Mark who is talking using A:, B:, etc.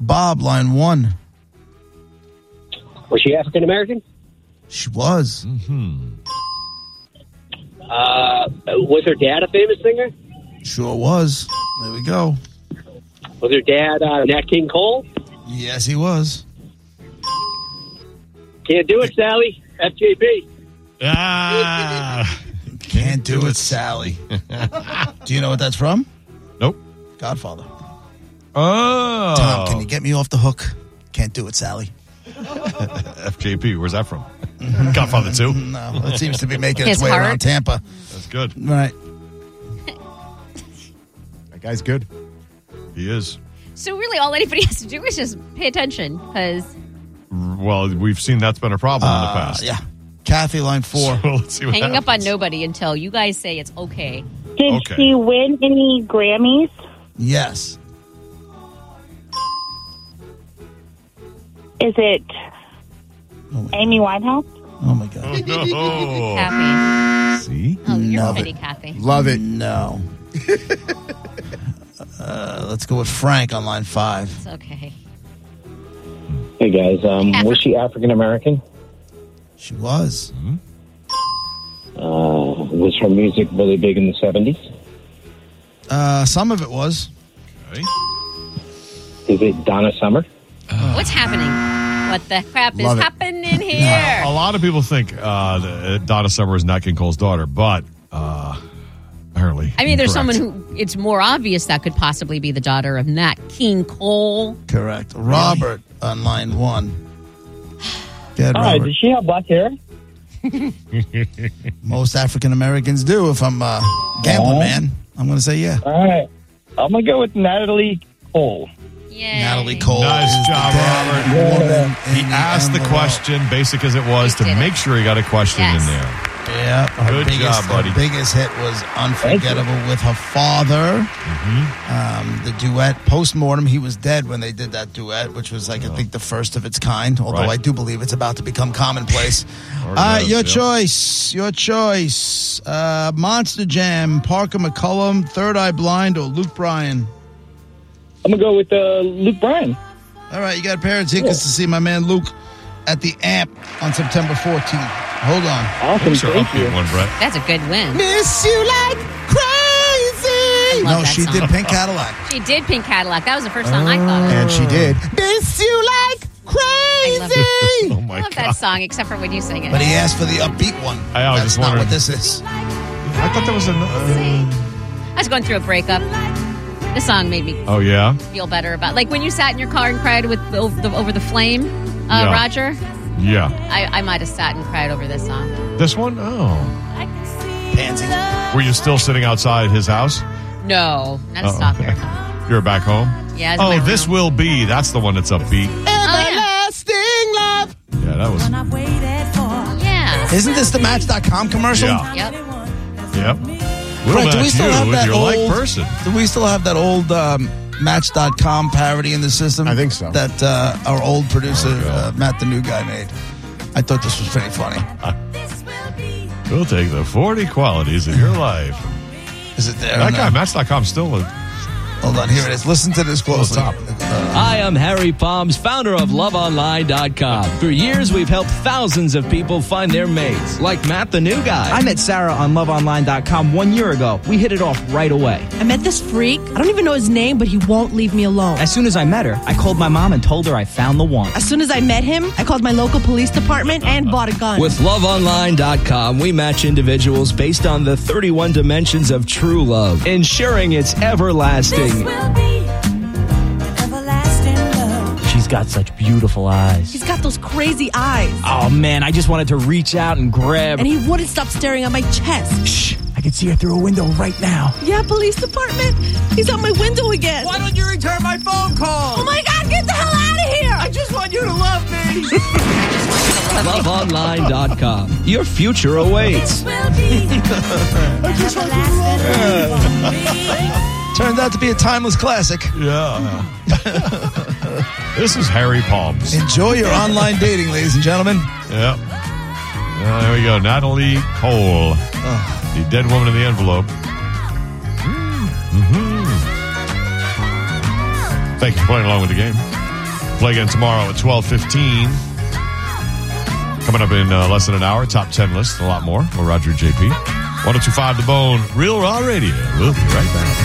A: Bob, line one.
B: Was she African American?
A: She was.
B: Uh, was her dad a famous singer?
A: Sure was. There we go.
B: Was her dad uh, Nat King Cole?
A: Yes, he was.
B: Can't do it, Sally. FJB.
C: Ah.
A: Can't do it, Sally. do you know what that's from?
C: nope.
A: Godfather.
C: Oh.
A: Tom, can you get me off the hook? Can't do it, Sally.
C: FJP, where's that from?
A: Mm-hmm.
C: Godfather 2.
A: No, it seems to be making
D: His
A: its way
D: heart.
A: around Tampa.
C: That's good.
A: Right.
E: That guy's good.
C: He is.
D: So really, all anybody has to do is just pay attention because
C: Well, we've seen that's been a problem in the
A: Uh,
C: past.
A: yeah. Kathy, line four.
C: So let's see what
D: hanging up on
C: happens.
D: nobody until you guys say it's okay.
F: Did
C: Okay.
F: she win any Grammys?
A: Yes.
F: Is it
A: Oh my,
F: Amy Winehouse?
A: oh my God.
C: Oh, No.
D: Kathy,
C: See?
D: oh, you're
A: Oh. Love
D: petty,
A: it.
D: Kathy.
E: Love it.
A: No. uh, let's go with Frank on line five.
D: It's okay.
B: Hey guys, um,
D: Af-
B: was she African American?
A: She was.
B: Uh, was her music really big in the seventies?
A: Uh, some of it was.
C: Okay.
B: Is it Donna Summer?
D: What's happening? What the crap is
E: Love it.
D: happening here?
C: A lot of people think uh, that Donna Summer is not King Cole's daughter, but uh, apparently.
D: I mean, there's
C: incorrect.
D: someone who it's more obvious that could possibly be the daughter of Nat King Cole.
A: Correct. Robert on line one. Dead Robert.
B: she have black hair?
A: Most African Americans do. If I'm a gambling
B: Oh.
A: man, I'm going to say yeah.
B: All right, I'm gonna go with Natalie Cole.
D: Yeah.
A: Natalie Cole.
C: Nice
A: is the
C: job,
A: dead
C: Robert.
A: woman in
C: He asked the
A: envelope.
C: question, basic as it was, to
D: He did it.
C: make sure he got a question
D: Yes.
C: in there.
A: Yeah, her
C: Good
A: biggest,
C: job, buddy.
A: Her biggest hit was unforgettable with her father.
C: Mm-hmm.
A: Um, the duet post mortem, he was dead when they did that duet, which was like I think the first of its kind. Although
C: Right.
A: I do believe it's about to become commonplace. All
C: Already
A: right,
C: has,
A: your
C: yeah.
A: choice, your choice. Uh, Monster Jam, Parker McCullum, Third Eye Blind, or Luke Bryan.
B: I'm gonna go with uh, Luke Bryan.
A: All right, you got a pair of tickets to see my man Luke at the Amp on September 14th. Hold on.
B: Awesome,
C: Thanks for upbeat one, Brett.
D: That's a good win.
A: Miss you like crazy.
D: love
A: No,
D: that
A: she
D: song.
A: did Pink Cadillac.
D: She did Pink Cadillac. That was the first song I thought of.
E: And she did.
A: Miss you like
D: love
C: Oh,
A: crazy.
C: my
D: I love
C: God.
D: that song, except for when you sing it.
A: But he asked for the upbeat one.
C: I- I was
A: That's
C: just
A: not
C: wondering.
A: what this is.
C: I thought that was an.
D: I was going through a breakup. This song made me
C: Oh, yeah?
D: feel better about, like when you sat in your car and cried with the, over, the, over the flame, uh,
C: Yeah.
D: Roger.
C: Yeah.
D: I, I might have sat and cried over this song.
C: This one? Oh.
A: Pansy.
E: Oh,
C: Were you still sitting outside his house?
D: No, not a
C: Uh-oh.
D: stop there.
C: You were back home?
D: Yeah, it's
C: Oh,
D: my
C: this
D: room.
C: will be. That's the one that's upbeat.
A: Everlasting love.
C: Yeah, that was.
D: Yeah.
A: Isn't this the Match.com commercial?
C: Yeah.
D: Yep.
C: Yep. We'll
A: Brett, do we
C: match
A: still
C: you
A: have
C: with
A: that
C: your
A: old
C: like person.
A: Do we still have that old um, Match.com parody in the system?
E: I think so.
A: That uh, our old producer,
C: Oh, God.
A: uh, Matt the New Guy, made. I thought this was pretty funny.
C: We'll take the 40 qualities of your life.
A: Is it there?
C: That
A: No.
C: guy, Match.com, still a.
A: Hold on, here it is. Listen to this closely. Uh,
G: Hi, I'm Harry Palms, founder of loveonline.com. For years, we've helped thousands of people find their mates, like Matt the new guy. I met Sarah on loveonline.com one year ago. We hit it off right away.
H: I met this freak. I don't even know his name, but he won't leave me alone.
G: As soon as I met her, I called my mom and told her I found the one.
H: As soon as I met him, I called my local police department and bought a gun.
G: With loveonline.com, we match individuals based on the 31 dimensions of true love, ensuring it's everlasting. She's got such beautiful eyes.
H: He's got those crazy eyes,
G: Oh man, I just wanted to reach out and grab.
H: and he wouldn't stop staring at my chest.
G: Shh,
E: I can see her through a window right now.
H: Yeah, police department. He's on my window again.
E: Why don't you return my phone call?
H: Oh my God, get the hell out of here.
E: I just want you to love me.
G: LoveOnline.com. Your future awaits.
A: Turns out to be a timeless classic.
C: Yeah. this is Harry Palms.
A: Enjoy your online dating, ladies and gentlemen.
C: Yep. Well, there we go. Natalie Cole, the dead woman in the envelope. Mhm. Thank you for playing along with the game. Play again tomorrow at twelve fifteen. Coming up in uh, less than an hour, top ten list, a lot more. Or Roger JP, one zero two five the bone, real raw radio. We'll be right back.